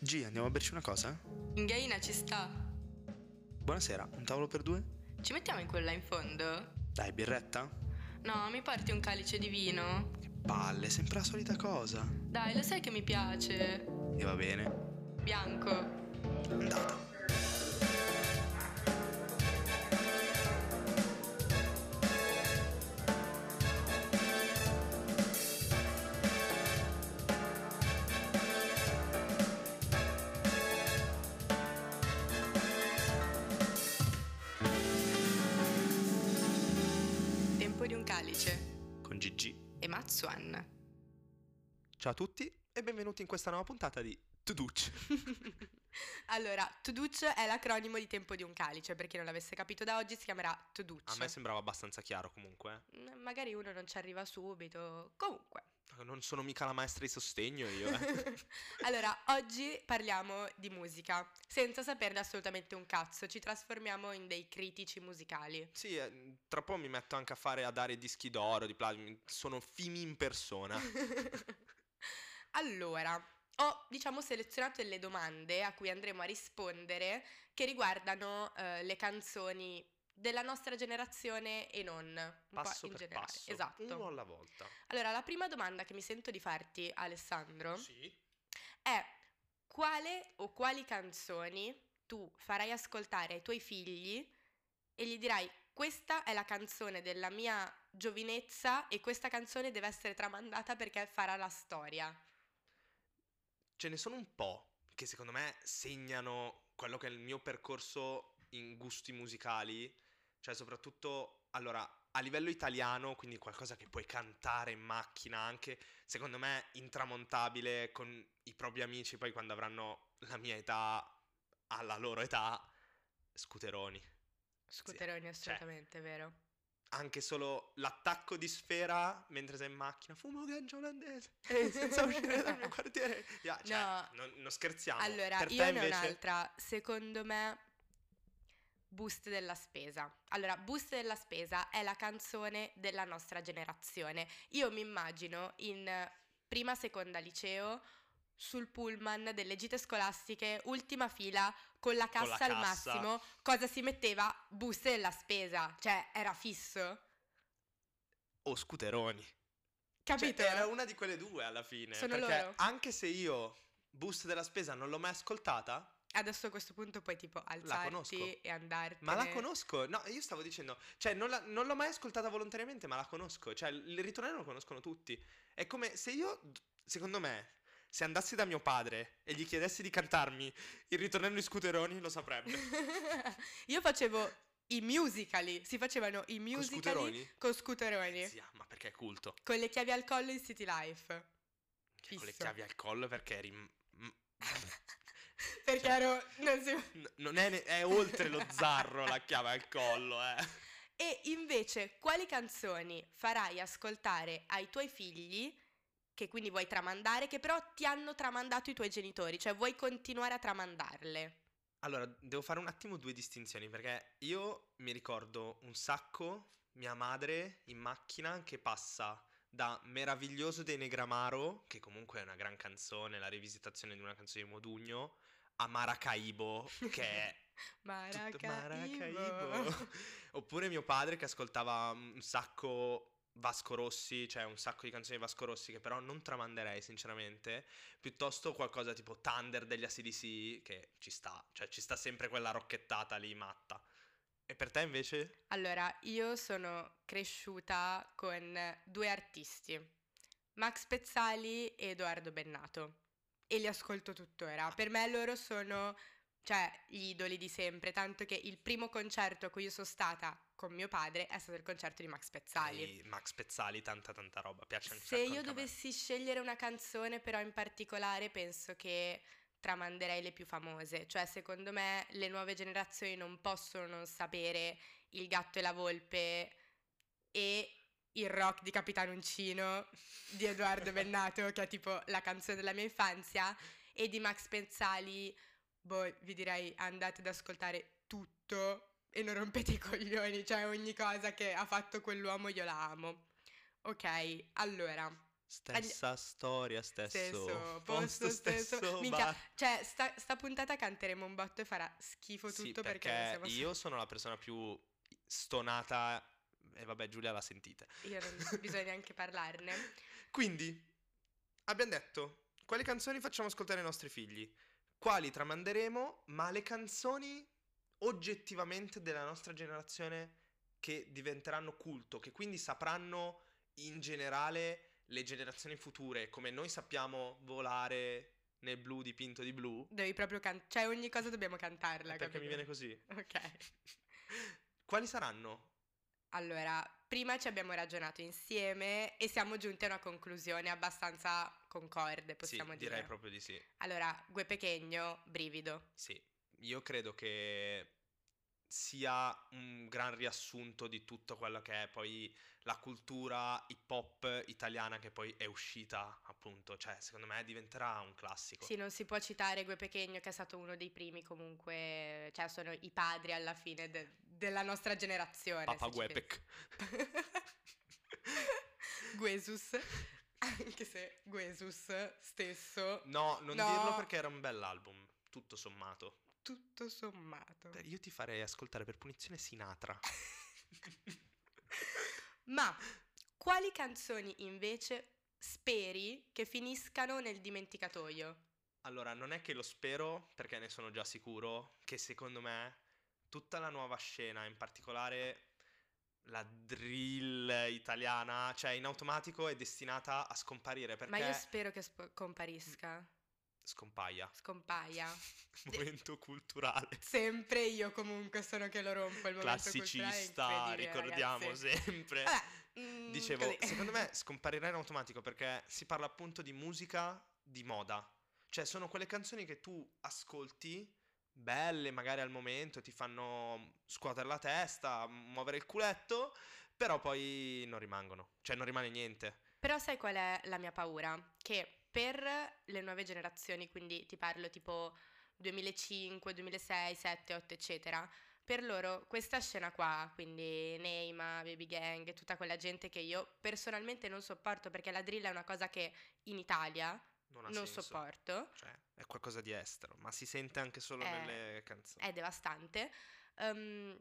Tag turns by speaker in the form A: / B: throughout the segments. A: G, andiamo a berci una cosa?
B: Inghaina ci sta.
A: Buonasera, un tavolo per due?
B: Ci mettiamo in quella in fondo?
A: Dai, birretta?
B: No, mi porti un calice di vino?
A: Che palle, sempre la solita cosa.
B: Dai, lo sai che mi piace.
A: E va bene.
B: Bianco.
A: Andata.
B: Tempo di un calice.
A: Con GG.
B: E Matsuan.
A: Ciao a tutti e benvenuti in questa nuova puntata di Tuduc.
B: Allora, Tuduc è l'acronimo di tempo di un calice. Per chi non l'avesse capito da oggi si chiamerà Tuduc.
A: A me sembrava abbastanza chiaro comunque.
B: Mm, Magari uno non ci arriva subito. Comunque.
A: eh. Non sono mica la maestra di sostegno io, eh.
B: allora, oggi parliamo di musica, senza saperne assolutamente un cazzo, ci trasformiamo in dei critici musicali.
A: Sì, eh, tra po' mi metto anche a fare a dare dischi d'oro, di plasmi. Sono fimi in persona.
B: allora, ho diciamo selezionato le domande a cui andremo a rispondere che riguardano eh, le canzoni della nostra generazione e non, un po'
A: Passo
B: in
A: per
B: generale.
A: passo.
B: Esatto.
A: Uno alla volta.
B: Allora, la prima domanda che mi sento di farti, Alessandro,
A: Sì.
B: è quale o quali canzoni tu farai ascoltare ai tuoi figli e gli dirai questa è la canzone della mia giovinezza e questa canzone deve essere tramandata perché farà la storia.
A: Ce ne sono un po' che secondo me segnano quello che è il mio percorso in gusti musicali, cioè soprattutto allora a livello italiano, quindi qualcosa che puoi cantare in macchina anche, secondo me intramontabile con i propri amici, poi quando avranno la mia età, alla loro età, scuteroni.
B: Scuteroni, assolutamente, vero?
A: anche solo l'attacco di sfera mentre sei in macchina, fumo ganja olandese, eh, senza uscire dal mio quartiere. Ya, cioè,
B: No.
A: non, non scherziamo.
B: Allora,
A: per
B: io
A: te
B: ne ho
A: invece...
B: un'altra. Secondo me, Boost della spesa. Allora, Boost della spesa è la canzone della nostra generazione. Io mi immagino in prima, seconda liceo sul pullman delle gite scolastiche, ultima fila, con la
A: Con
B: cassa
A: la
B: al
A: cassa.
B: massimo, cosa si metteva? Boost della spesa, cioè era fisso.
A: O scuteroni. Cioè,
B: Capito?
A: era una di quelle due alla fine.
B: Sono
A: perché
B: loro.
A: anche se io Boost della spesa non l'ho mai ascoltata,
B: Adesso a questo punto puoi tipo alzarti
A: conosco.
B: e andartene.
A: ma la conosco. No, io stavo dicendo, cioè non, la- non l'ho mai ascoltata volontariamente, ma la conosco. Cioè, il ritornello lo conoscono tutti. È come se io, secondo me, se andassi da mio padre e gli chiedessi di cantarmi il ritornello di scuteroni, lo saprebbe.
B: Io facevo i musicali, si facevano i musicali
A: scuteroni?
B: con scuteroni,
A: Zia, ma perché è culto?
B: con le chiavi al collo in City Life.
A: Che Con le
B: Fisso.
A: chiavi al collo perché eri... m- m-
B: Perché
A: Cioè-
B: ero non si-
A: n- non è, ne- è oltre lo zarro la chiave al collo, eh.
B: E invece, quali canzoni farai ascoltare ai tuoi figli che quindi vuoi tramandare che però ti hanno tramandato i tuoi genitori, cioè vuoi continuare a tramandarle?
A: Allora, devo fare un attimo due distinzioni perché io mi ricordo un sacco mia madre in macchina che passa da Meraviglioso dei Negramaro, che comunque è una gran canzone, la rivisitazione di una canzone di Modugno, a Maracaibo, che è tutto Maracaibo. Oppure mio padre che ascoltava un sacco Vasco Rossi, cioè un sacco di canzoni di Vasco Rossi che però non tramanderei sinceramente, piuttosto qualcosa tipo Thunder degli ACDC che ci sta, cioè ci sta sempre quella rocchettata lì matta. E per te invece?
B: Allora, io sono cresciuta con due artisti, Max Pezzali e Edoardo Bennato, e li ascolto tuttora. Per me loro sono, cioè, gli idoli di sempre, tanto che il primo concerto a cui io sono stata con mio padre è stato il concerto di Max Pezzali.
A: Ehi, Max Pezzali, tanta tanta roba, piace un
B: Se
A: sacco
B: io
A: anche a me.
B: dovessi scegliere una canzone, però in particolare, penso che tramanderei le più famose. Cioè, secondo me, le nuove generazioni non possono non sapere Il gatto e la volpe e il rock di Capitano Uncino di Edoardo Bennato, che è tipo la canzone della mia infanzia, e di Max Penzali. Boh, vi direi andate ad ascoltare tutto e non rompete i coglioni, cioè ogni cosa che ha fatto quell'uomo io la amo. Ok, allora,
A: Stessa storia, stesso,
B: Stesso,
A: posto,
B: posto
A: stesso,
B: stesso. Minchia,
A: bar.
B: Cioè, sta, sta puntata canteremo un botto e farà schifo
A: Sì,
B: tutto perché,
A: perché
B: non siamo
A: io sono la persona più stonata e vabbè Giulia la sentite.
B: io non bisogna neanche parlarne.
A: Quindi abbiamo detto quali canzoni facciamo ascoltare ai nostri figli, quali tramanderemo, ma le canzoni oggettivamente della nostra generazione che diventeranno culto, che quindi sapranno in generale le generazioni future, come noi sappiamo volare nel blu dipinto di blu,
B: Devi proprio cantare, cioè ogni cosa dobbiamo cantarla.
A: è perché mi viene
B: capito?
A: così.
B: Ok.
A: Quali saranno?
B: Allora, prima ci abbiamo ragionato insieme e siamo giunti a una conclusione abbastanza concorde, possiamo
A: sì,
B: dire.
A: direi proprio di sì.
B: Allora, Gue Pechegno, brivido.
A: Sì, io credo che sia un gran riassunto di tutto quello che è poi la cultura hip hop italiana che poi è uscita, appunto, cioè secondo me diventerà un classico.
B: Sì, non si può citare Gue Pechegno che è stato uno dei primi comunque, cioè sono i padri alla fine de- della nostra generazione.
A: Papa
B: se ci
A: Guepec.
B: pensi. Guesus, anche se Guesus stesso,
A: No, non
B: No.
A: dirlo perché era un bell'album, tutto sommato.
B: tutto sommato.
A: Beh, Io ti farei ascoltare per punizione Sinatra.
B: Ma quali canzoni invece speri che finiscano nel dimenticatoio?
A: Allora, non è che lo spero, perché ne sono già sicuro, che secondo me tutta la nuova scena, in particolare la drill italiana, cioè in automatico è destinata a scomparire perché Mm.
B: Ma io spero che sp- comparisca,
A: scompaia.
B: scompaia.
A: Momento culturale.
B: Sempre io comunque sono che lo rompo il momento
A: Classicista,
B: culturale, è incredibile,
A: ricordiamo
B: ragazzi.
A: sempre.
B: Vabbè, mm,
A: Dicevo,
B: così.
A: secondo me scomparirà in automatico perché si parla appunto di musica di moda. Cioè, sono quelle canzoni che tu ascolti, belle magari al momento, ti fanno scuotere la testa, muovere il culetto, però poi non rimangono. Cioè, non rimane niente.
B: Però sai qual è la mia paura? Che per le nuove generazioni, quindi ti parlo tipo 2005, 2006, 7, 8, eccetera, per loro questa scena qua, quindi Neima, Baby Gang, tutta quella gente che io personalmente non sopporto perché la drill è una cosa che in Italia
A: Non ha
B: non
A: senso.
B: sopporto,
A: Cioè, è qualcosa di estero, ma si sente anche solo
B: Eh,
A: nelle canzoni.
B: è devastante. Ehm,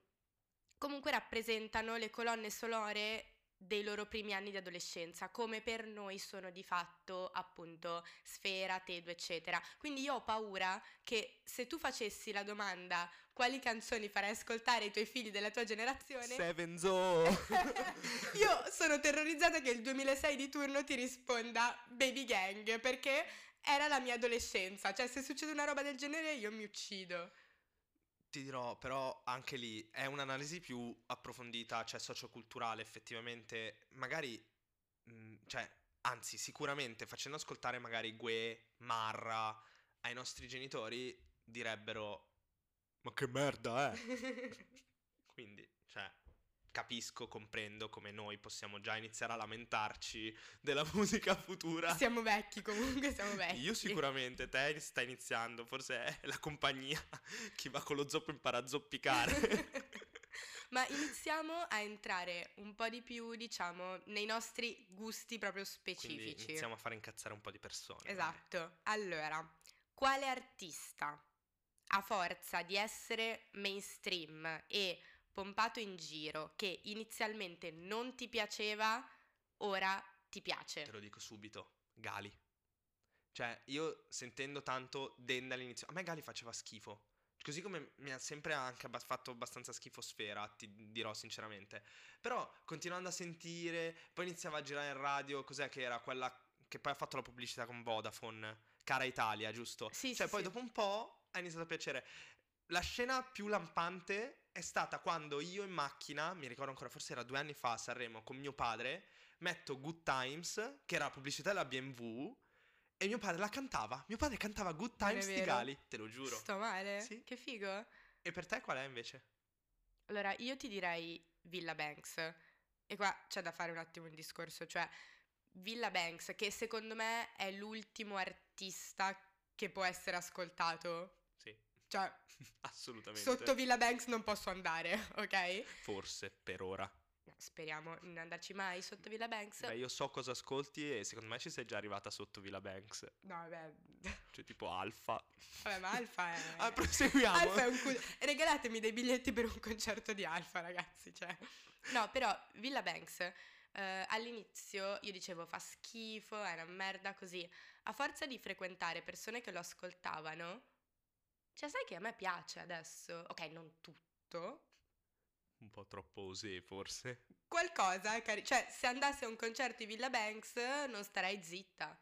B: comunque rappresentano le colonne sonore dei loro primi anni di adolescenza, come per noi sono di fatto appunto Sfera, Tedo, eccetera. Quindi io ho paura che se tu facessi la domanda quali canzoni farai ascoltare ai tuoi figli della tua generazione,
A: Seven Zoo!
B: io sono terrorizzata che il 2006 di turno ti risponda Baby Gang perché era la mia adolescenza, cioè se succede una roba del genere io mi uccido.
A: Ti dirò, però anche lì è un'analisi più approfondita, cioè socioculturale effettivamente, magari, mh, cioè, anzi sicuramente facendo ascoltare magari Gue, Marra ai nostri genitori direbbero ma che merda eh? Quindi, cioè, capisco, comprendo come noi possiamo già iniziare a lamentarci della musica futura.
B: Siamo vecchi comunque, siamo vecchi.
A: Io sicuramente, te stai iniziando, forse è la compagnia che va con lo zoppo impara a zoppicare.
B: Ma iniziamo a entrare un po' di più, diciamo, nei nostri gusti proprio
A: Quindi
B: specifici.
A: iniziamo a far incazzare un po' di persone. dai.
B: Esatto. Allora, quale artista a forza di essere mainstream e pompato in giro che inizialmente non ti piaceva, ora ti piace?
A: Te lo dico subito, Gali. Cioè, io sentendo tanto Den dall'inizio, a me Gali faceva schifo. Così come mi ha sempre anche abba- fatto abbastanza schifo Sfera, ti dirò sinceramente. Però continuando a sentire, poi iniziava a girare in radio, cos'è che era quella che poi ha fatto la pubblicità con Vodafone, Cara Italia, giusto?
B: Sì,
A: cioè,
B: sì,
A: poi
B: sì.
A: dopo un po' ha iniziato a piacere. La scena più lampante è stata quando io in macchina, mi ricordo ancora, forse era due anni fa a Sanremo, con mio padre, metto Good Times, che era la pubblicità della BMW, e mio padre la cantava. Mio padre cantava Good
B: Non è
A: Times di
B: vero.
A: Gali, te lo giuro.
B: Sto male?
A: Sì.
B: Che figo.
A: E per te qual è invece?
B: Allora, io ti direi Villa Banks. E qua c'è da fare un attimo il discorso, cioè Villa Banks, che secondo me è l'ultimo artista che può essere ascoltato.
A: Sì,
B: Cioè,
A: assolutamente.
B: sotto Villa Banks non posso andare, ok?
A: Forse, per ora.
B: speriamo di non andarci mai sotto Villa Banks.
A: Beh, io so cosa ascolti e secondo me ci sei già arrivata sotto Villa Banks.
B: No, vabbè.
A: Cioè, tipo Alfa.
B: Vabbè, ma Alfa è...
A: Ah, proseguiamo.
B: Alfa è un culo. Regalatemi dei biglietti per un concerto di Alfa, ragazzi. Cioè. No, però Villa Banks eh, all'inizio io dicevo fa schifo, è una merda così. A forza di frequentare persone che lo ascoltavano, cioè, sai che a me piace adesso? Ok, non tutto.
A: Un po' troppo osé, forse.
B: Qualcosa, cari- cioè, se andassi a un concerto di Villa Banks non starei zitta.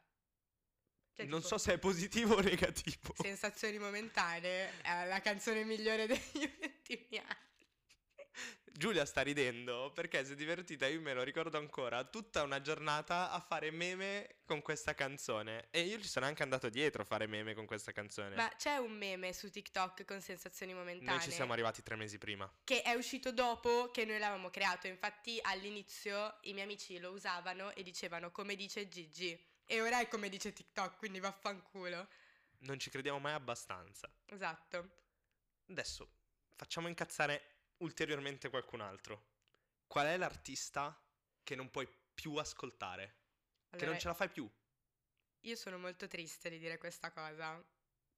B: Cioè,
A: non
B: tipo,
A: so se è positivo o negativo.
B: Sensazioni momentanee è la canzone migliore degli ultimi anni.
A: Giulia sta ridendo perché si è divertita, io me lo ricordo ancora, tutta una giornata a fare meme con questa canzone. E io ci sono anche andato dietro a fare meme con questa canzone.
B: Ma c'è un meme su TikTok con sensazioni momentanee.
A: Noi ci siamo arrivati tre mesi prima.
B: che è uscito dopo che noi l'avevamo creato. Infatti all'inizio i miei amici lo usavano e dicevano come dice Gigi. E ora è come dice TikTok, quindi vaffanculo.
A: Non ci crediamo mai abbastanza.
B: Esatto.
A: Adesso facciamo incazzare ulteriormente qualcun altro. Qual è l'artista che non puoi più ascoltare? che
B: Allora,
A: non ce la fai più?
B: Io sono molto triste di dire questa cosa,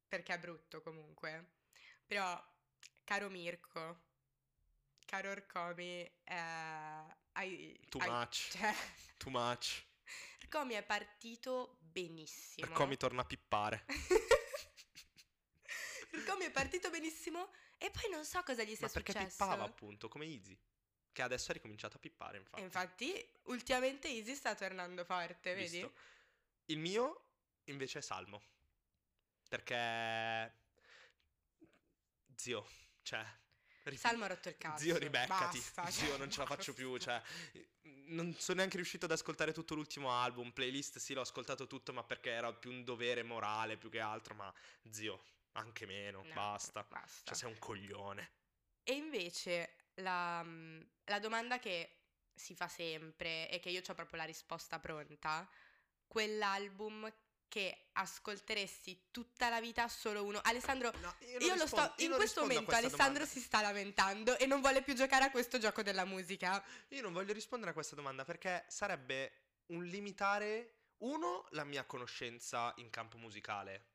B: perché è brutto comunque. Però, caro Mirko, caro Orcomi, eh, hai-
A: Too
B: hai-
A: much.
B: Cioè,
A: Too much.
B: Orcomi è partito benissimo.
A: Perché mi torna a pippare.
B: Orcomi è partito benissimo e poi non so cosa gli sia
A: Ma perché
B: successo.
A: pippava appunto, come Easy. Che adesso ha ricominciato a pippare, infatti.
B: E infatti, ultimamente Easy sta tornando forte, Eh, vedi?
A: Visto? Il mio invece è Salmo. Perché... Zio, cioè... ri-
B: Salmo ha rotto il cazzo.
A: Zio, ribeccati.
B: Basta,
A: Zio,
B: cioè,
A: non ce la faccio più.
B: basta.
A: Cioè, non sono neanche riuscito ad ascoltare tutto l'ultimo album. Playlist, sì, l'ho ascoltato tutto, ma perché era più un dovere morale più che altro. Ma zio, anche meno.
B: No,
A: Basta.
B: basta.
A: Cioè, sei un coglione.
B: E invece la, la domanda che si fa sempre e che io ho proprio la risposta pronta, quell'album che ascolteresti tutta la vita solo uno. Alessandro, io, lo sto in questo momento Alessandro si sta lamentando e non vuole più giocare a questo gioco della musica.
A: Io non voglio rispondere a questa domanda perché sarebbe un limitare, uno, la mia conoscenza in campo musicale,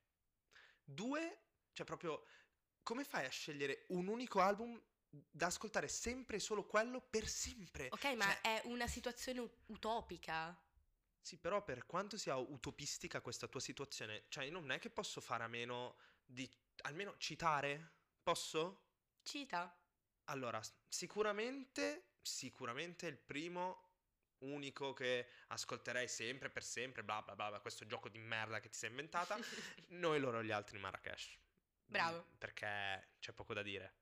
A: due, cioè proprio come fai a scegliere un unico album da ascoltare sempre e solo quello per sempre?
B: Ok, ma
A: Cioè,
B: è una situazione u- utopica.
A: Sì, però per quanto sia utopistica questa tua situazione, cioè io non è che posso fare a meno di almeno citare? Posso?
B: Cita.
A: Allora, s- sicuramente, sicuramente il primo unico che ascolterei sempre, per sempre, bla bla bla, bla, questo gioco di merda che ti sei inventata, noi loro gli altri Marrakesh.
B: Bravo.
A: Mm, Perché c'è poco da dire.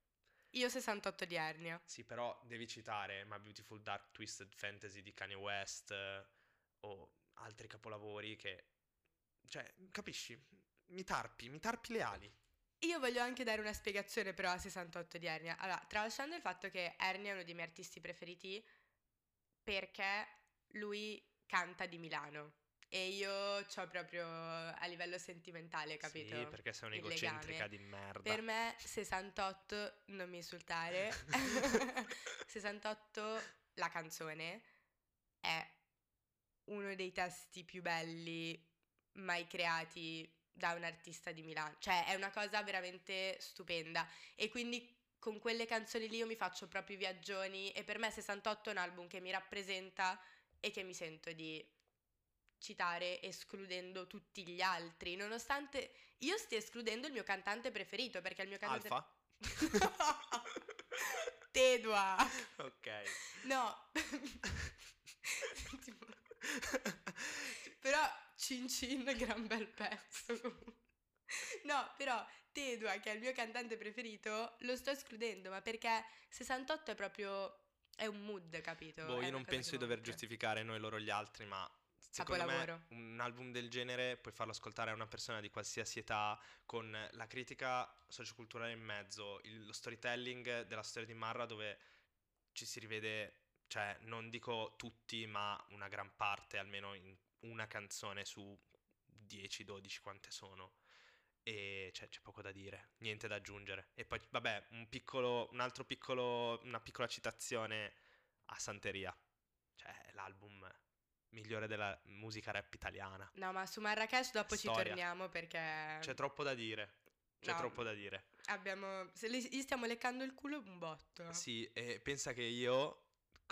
B: Io 68 di ernia.
A: Sì, però devi citare My Beautiful Dark Twisted Fantasy di Kanye West eh, o altri capolavori che... Cioè, capisci? Mi tarpi, mi tarpi le ali.
B: Io voglio anche dare una spiegazione però a 68 di Ernia. Allora, tralasciando il fatto che Ernia è uno dei miei artisti preferiti perché lui canta di Milano e io ho proprio a livello sentimentale, capito?
A: Sì, perché sei
B: Il
A: un'egocentrica
B: legame.
A: di merda.
B: Per me 68, non mi insultare, 68 la canzone è uno dei testi più belli mai creati da un artista di Milano, cioè è una cosa veramente stupenda e quindi con quelle canzoni lì io mi faccio proprio i viaggioni e per me 68 è un album che mi rappresenta e che mi sento di citare escludendo tutti gli altri, nonostante io stia escludendo il mio cantante preferito perché il mio cantante
A: Alfa?
B: Tedua.
A: Ok.
B: No. Tipo- Però Cin Cin gran bel pezzo comunque. No, però Tedua, che è il mio cantante preferito, lo sto escludendo, ma perché 68 è proprio... è un mood, capito?
A: boh, io
B: È una
A: non
B: cosa
A: penso
B: che
A: di dover
B: comunque-
A: giustificare noi loro gli altri, ma secondo
B: Capolavoro.
A: me un album del genere puoi farlo ascoltare a una persona di qualsiasi età con la critica socioculturale in mezzo, il- lo storytelling della storia di Marra dove ci si rivede, cioè non dico tutti, ma una gran parte, almeno in una canzone su 10, 12 quante sono. E cioè, c'è poco da dire, niente da aggiungere. E poi, vabbè, un piccolo, un altro piccolo, una piccola citazione a Santeria. Cioè, è l'album migliore della musica rap italiana.
B: No, ma su Marrakesh dopo
A: Storia.
B: ci torniamo perché
A: C'è troppo da dire. C'è
B: No.
A: troppo da dire.
B: abbiamo... se li- gli stiamo leccando il culo un botto.
A: Sì, e pensa che io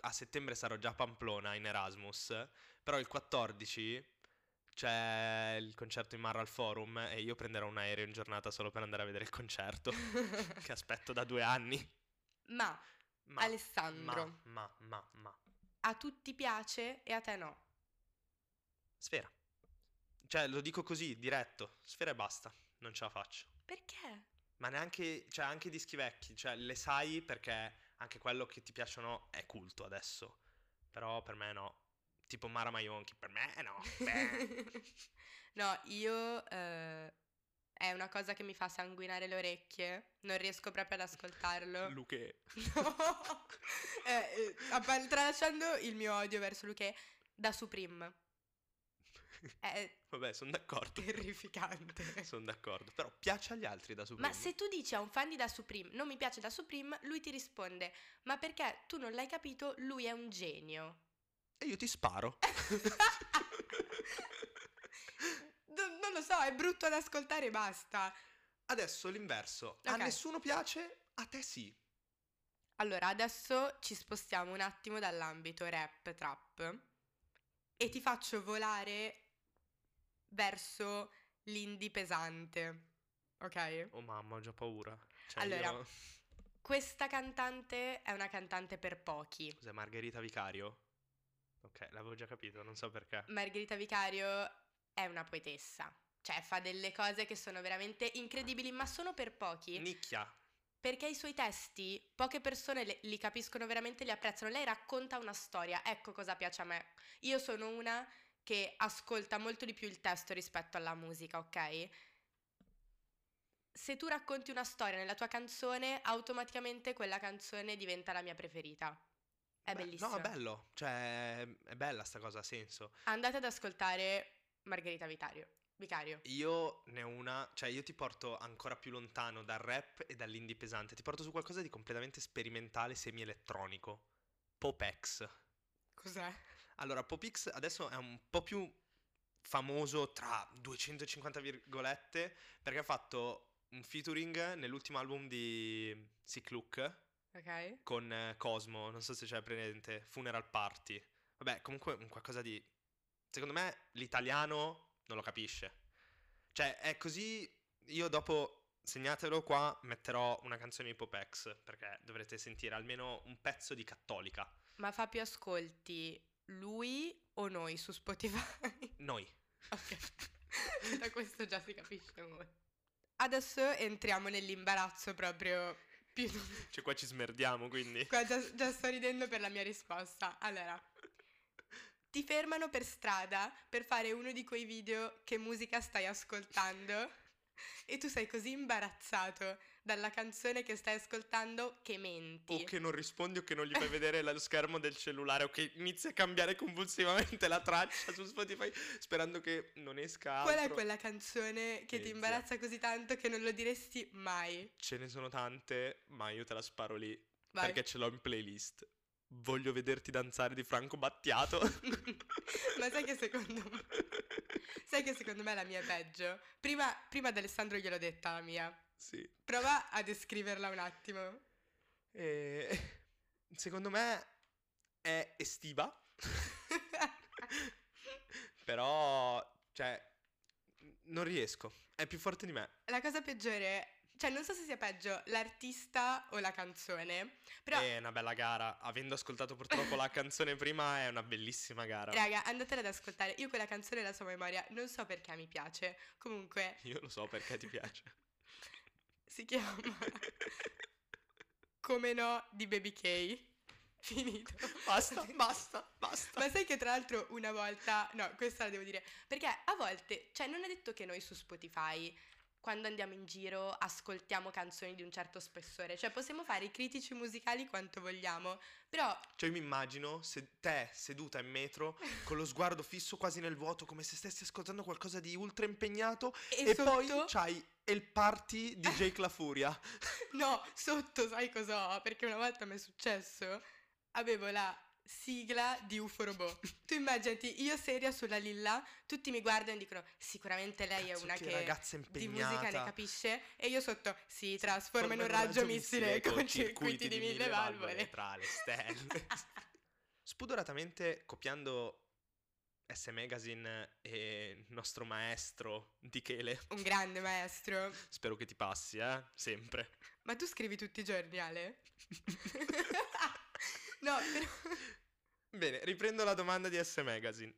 A: a settembre sarò già a Pamplona in Erasmus, però il 14 c'è il concerto in Marra al Forum e io prenderò un aereo in giornata solo per andare a vedere il concerto che aspetto da due anni.
B: ma,
A: Ma,
B: Alessandro,
A: ma, ma, ma, ma.
B: a tutti piace e a te no.
A: Sfera. Cioè, lo dico così, diretto. Sfera e basta, non ce la faccio.
B: Perché?
A: Ma neanche, cioè, anche i dischi vecchi, cioè, le sai perché anche quello che ti piacciono è culto adesso. Però per me no. Tipo Mara Maionchi, per me no. Beh.
B: no, io... eh, è una cosa che mi fa sanguinare le orecchie. Non riesco proprio ad ascoltarlo.
A: Luque.
B: No. Eh, eh, a par- tralasciando il mio odio verso Luque da Supreme. È
A: Vabbè, sono d'accordo.
B: terrificante.
A: Sono d'accordo. Però piace agli altri da Supreme.
B: Ma se tu dici a un fan di Da Supreme non mi piace Da Supreme, lui ti risponde: Ma perché tu non l'hai capito? Lui è un genio.
A: E io ti sparo.
B: Non- non lo so, è brutto da ascoltare e basta.
A: Adesso l'inverso. A
B: Ok.
A: nessuno piace, a te sì.
B: Allora, adesso ci spostiamo un attimo dall'ambito rap, trap e ti faccio volare verso l'indie pesante, ok?
A: Oh mamma, ho già paura. Cioè,
B: Allora.
A: io-
B: Questa cantante è una cantante per pochi.
A: Cos'è, Margherita Vicario? Ok, l'avevo già capito, non so perché.
B: Margherita Vicario è una poetessa, cioè fa delle cose che sono veramente incredibili, ma sono per pochi.
A: Nicchia.
B: Perché i suoi testi poche persone le- li capiscono veramente, li apprezzano. Lei racconta una storia, ecco cosa piace a me. Io sono una che ascolta molto di più il testo rispetto alla musica, ok? Se tu racconti una storia nella tua canzone, automaticamente quella canzone diventa la mia preferita. È
A: Beh,
B: bellissimo.
A: No, è bello. Cioè, è bella sta cosa, ha senso.
B: Andate ad ascoltare Margherita Vitario. Vicario.
A: Io ne ho una, cioè io ti porto ancora più lontano dal rap e dall'indie pesante, ti porto su qualcosa di completamente sperimentale, semi-elettronico. Popex.
B: Cos'è?
A: Allora, Popix adesso è un po' più famoso tra 250 virgolette perché ha fatto un featuring nell'ultimo album di Sick Look
B: Ok.
A: con eh, Cosmo, non so se c'è presente, Funeral Party. Vabbè, comunque un qualcosa di... Secondo me l'italiano non lo capisce. Cioè, è così... Io dopo, segnatelo qua, metterò una canzone di Popex, perché dovrete sentire almeno un pezzo di Cattolica.
B: Ma fa più ascolti lui o noi su Spotify?
A: Noi.
B: Ok, da questo già si capisce molto. Adesso entriamo nell'imbarazzo proprio più...
A: Cioè, qua ci smerdiamo, quindi...
B: Qua già, già sto ridendo per la mia risposta. Allora, ti fermano per strada per fare uno di quei video che musica stai ascoltando e tu sei così imbarazzato dalla canzone che stai ascoltando che menti.
A: O che non rispondi o che non gli fai vedere la- lo schermo del cellulare o che inizi a cambiare convulsivamente la traccia su Spotify sperando che non esca altro.
B: Qual è quella canzone che ti
A: Ezia.
B: imbarazza così tanto che non lo diresti mai?
A: Ce ne sono tante, ma io te la sparo lì.
B: Vai.
A: Perché ce l'ho in playlist. Voglio vederti danzare di Franco Battiato.
B: Ma sai che secondo me- Sai che secondo me la mia è peggio? Prima, prima ad Alessandro gliel'ho detta la mia.
A: Sì.
B: Prova a descriverla un attimo.
A: E- Secondo me è estiva. Però, cioè, non riesco. È più forte di me.
B: la cosa peggiore, cioè non so se sia peggio l'artista o la canzone, però
A: È una bella gara. Avendo ascoltato purtroppo la canzone prima, è una bellissima gara.
B: raga, andatela ad ascoltare. Io quella canzone la so a memoria, non so perché mi piace. Comunque
A: Io lo so perché ti piace.
B: si chiama Come no di Baby K. Finito.
A: basta, basta, basta.
B: Ma sai che tra l'altro una volta, no, questa la devo dire, perché a volte, cioè non è detto che noi su Spotify, quando andiamo in giro, ascoltiamo canzoni di un certo spessore, cioè possiamo fare i critici musicali quanto vogliamo, però
A: Cioè, io mi immagino se te seduta in metro con lo sguardo fisso quasi nel vuoto, come se stessi ascoltando qualcosa di ultra impegnato,
B: e,
A: e,
B: sotto,
A: poi c'hai il party di Jake La Furia.
B: no, sotto sai cos'ho, perché una volta mi è successo, avevo la sigla di UFO Robot. tu immaginati, io seria sulla Lilla, tutti mi guardano e dicono sicuramente lei è
A: Cazzo,
B: una
A: che
B: che
A: ragazza
B: di
A: impegnata.
B: musica ne capisce e io sotto si trasforma in un raggio missile con circuiti di mille valvole.
A: tra le stelle. Spudoratamente, copiando S Magazine e il nostro maestro Dichele,
B: Un grande maestro.
A: spero che ti passi, eh, sempre.
B: Ma tu scrivi tutti i giorni, Ale? no, però...
A: Bene, riprendo la domanda di S Magazine.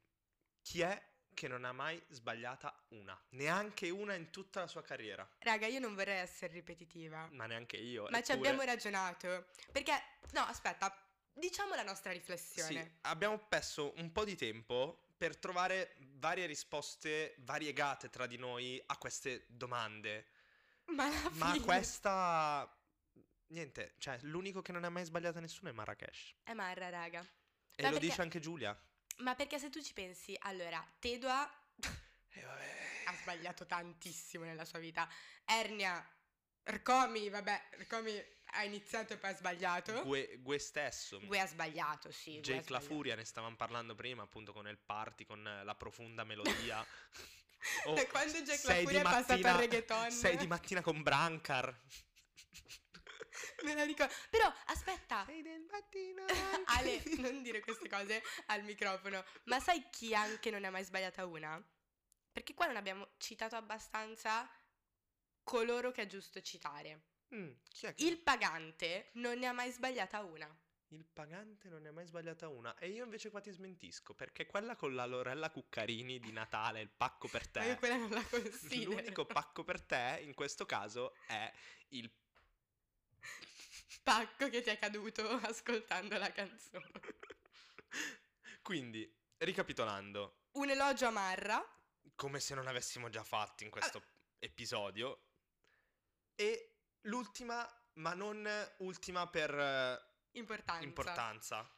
A: Chi è che non ha mai sbagliata una? Neanche una in tutta la sua carriera,
B: Raga, io non vorrei essere ripetitiva.
A: ma neanche io.
B: Ma ci abbiamo
A: eppure-
B: ragionato. Perché, no, aspetta, diciamo la nostra riflessione.
A: Sì, abbiamo perso un po' di tempo per trovare varie risposte variegate tra di noi a queste domande.
B: Ma, alla
A: Ma
B: fine-
A: questa... Niente, cioè l'unico che non ha mai sbagliata nessuno è Marrakesh.
B: È marra, raga.
A: E
B: Ma
A: lo
B: perché-
A: dice anche Giulia.
B: Ma perché se tu ci pensi, allora, Tedua ha
A: E vabbè.
B: sbagliato tantissimo nella sua vita. Ernia, Rcomi, vabbè, Rcomi ha iniziato e poi ha sbagliato. Gue,
A: Gue, Gue stesso.
B: ha sbagliato, sì. Gue ha
A: Jake La
B: sbagliato.
A: Furia, ne stavamo parlando prima, appunto con il party, con eh, la profonda melodia. Oh,
B: Da quando Jake La
A: sei di
B: Furia è passato al
A: mattina-
B: reggaeton.
A: Sei di mattina con Brancar.
B: Me la ricordo. Però, aspetta.
A: Sei del mattino.
B: Ah. Ale, non dire queste cose al microfono. Ma sai chi anche non ne ha mai sbagliata una? Perché qua non abbiamo citato abbastanza coloro che è giusto citare.
A: Mm, chi è che-
B: Il pagante non ne ha mai sbagliata una.
A: Il pagante non ne ha mai sbagliata una. E io invece qua ti smentisco, perché quella con la Lorella Cuccarini di Natale, il pacco per
B: Ma io
A: te.
B: quella non la considero.
A: L'unico pacco per te in questo caso è il
B: pacco che ti è caduto ascoltando la canzone.
A: Quindi, ricapitolando,
B: Un elogio a Marra.
A: come se non avessimo già fatto in questo episodio. Eh. E l'ultima, ma non ultima per eh,
B: Importanza.
A: importanza.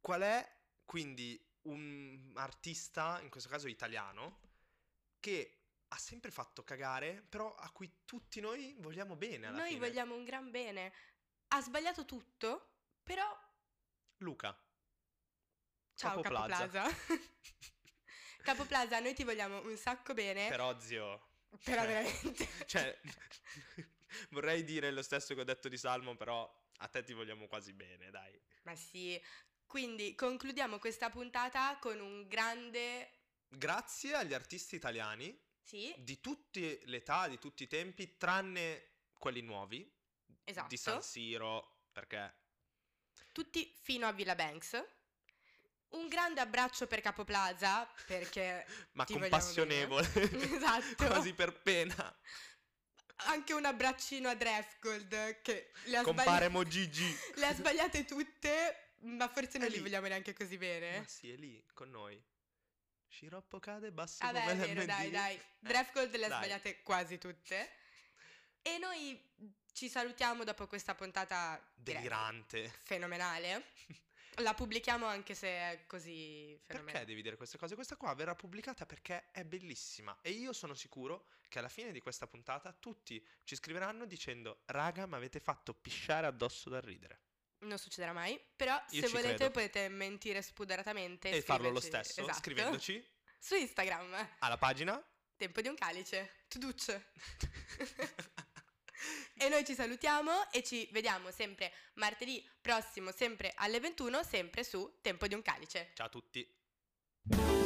A: Qual è quindi un artista, in questo caso italiano, che ha sempre fatto cagare, però a cui tutti noi vogliamo bene alla
B: Noi
A: fine?
B: vogliamo un gran bene. Ha sbagliato tutto, però
A: Luca.
B: Ciao
A: Capo Plaza.
B: Capoplaza. Capoplaza, noi ti vogliamo un sacco bene, però,
A: Però zio, cioè-
B: veramente.
A: cioè vorrei dire lo stesso che ho detto di Salmo, però a te ti vogliamo quasi bene, dai.
B: Ma sì. Quindi concludiamo questa puntata con un grande
A: Grazie agli artisti italiani
B: Sì,
A: di tutte le età, di tutti i tempi, tranne quelli nuovi,
B: esatto.
A: di San Siro, perché
B: Tutti fino a Villa Banks. Un grande abbraccio per Capoplaza perché
A: ma
B: Ti vogliamo
A: compassionevole,
B: Esatto.
A: quasi per pena.
B: anche un abbraccino a Drefgold che le ha
A: Compare
B: sbagliate
A: Mo Gigi.
B: le ha sbagliate tutte, ma forse non
A: È
B: li
A: Eh, lì.
B: vogliamo neanche così bene.
A: Ma sì, è lì con noi. Sciroppo cade basso
B: Vabbè,
A: come
B: Ah, è vero,
A: l'MD.
B: dai, dai. Draftgold le ha
A: Eh, dai.
B: sbagliate quasi tutte. E noi ci salutiamo dopo questa puntata direi,
A: Delirante.
B: fenomenale. La pubblichiamo anche se è così
A: Perché
B: fenomenale.
A: devi dire queste cose? Questa qua verrà pubblicata perché è bellissima e io sono sicuro che alla fine di questa puntata tutti ci scriveranno dicendo raga mi avete fatto pisciare addosso dal ridere.
B: Non succederà mai, però
A: Io
B: se
A: ci
B: volete
A: credo.
B: potete mentire spudoratamente
A: E farlo lo
B: scriverci-
A: stesso
B: esatto.
A: scrivendoci
B: su Instagram.
A: alla pagina.
B: Tempo di un calice. Tuduc. e noi ci salutiamo e ci vediamo sempre martedì prossimo, sempre alle 21, sempre su Tempo di un calice.
A: Ciao a tutti.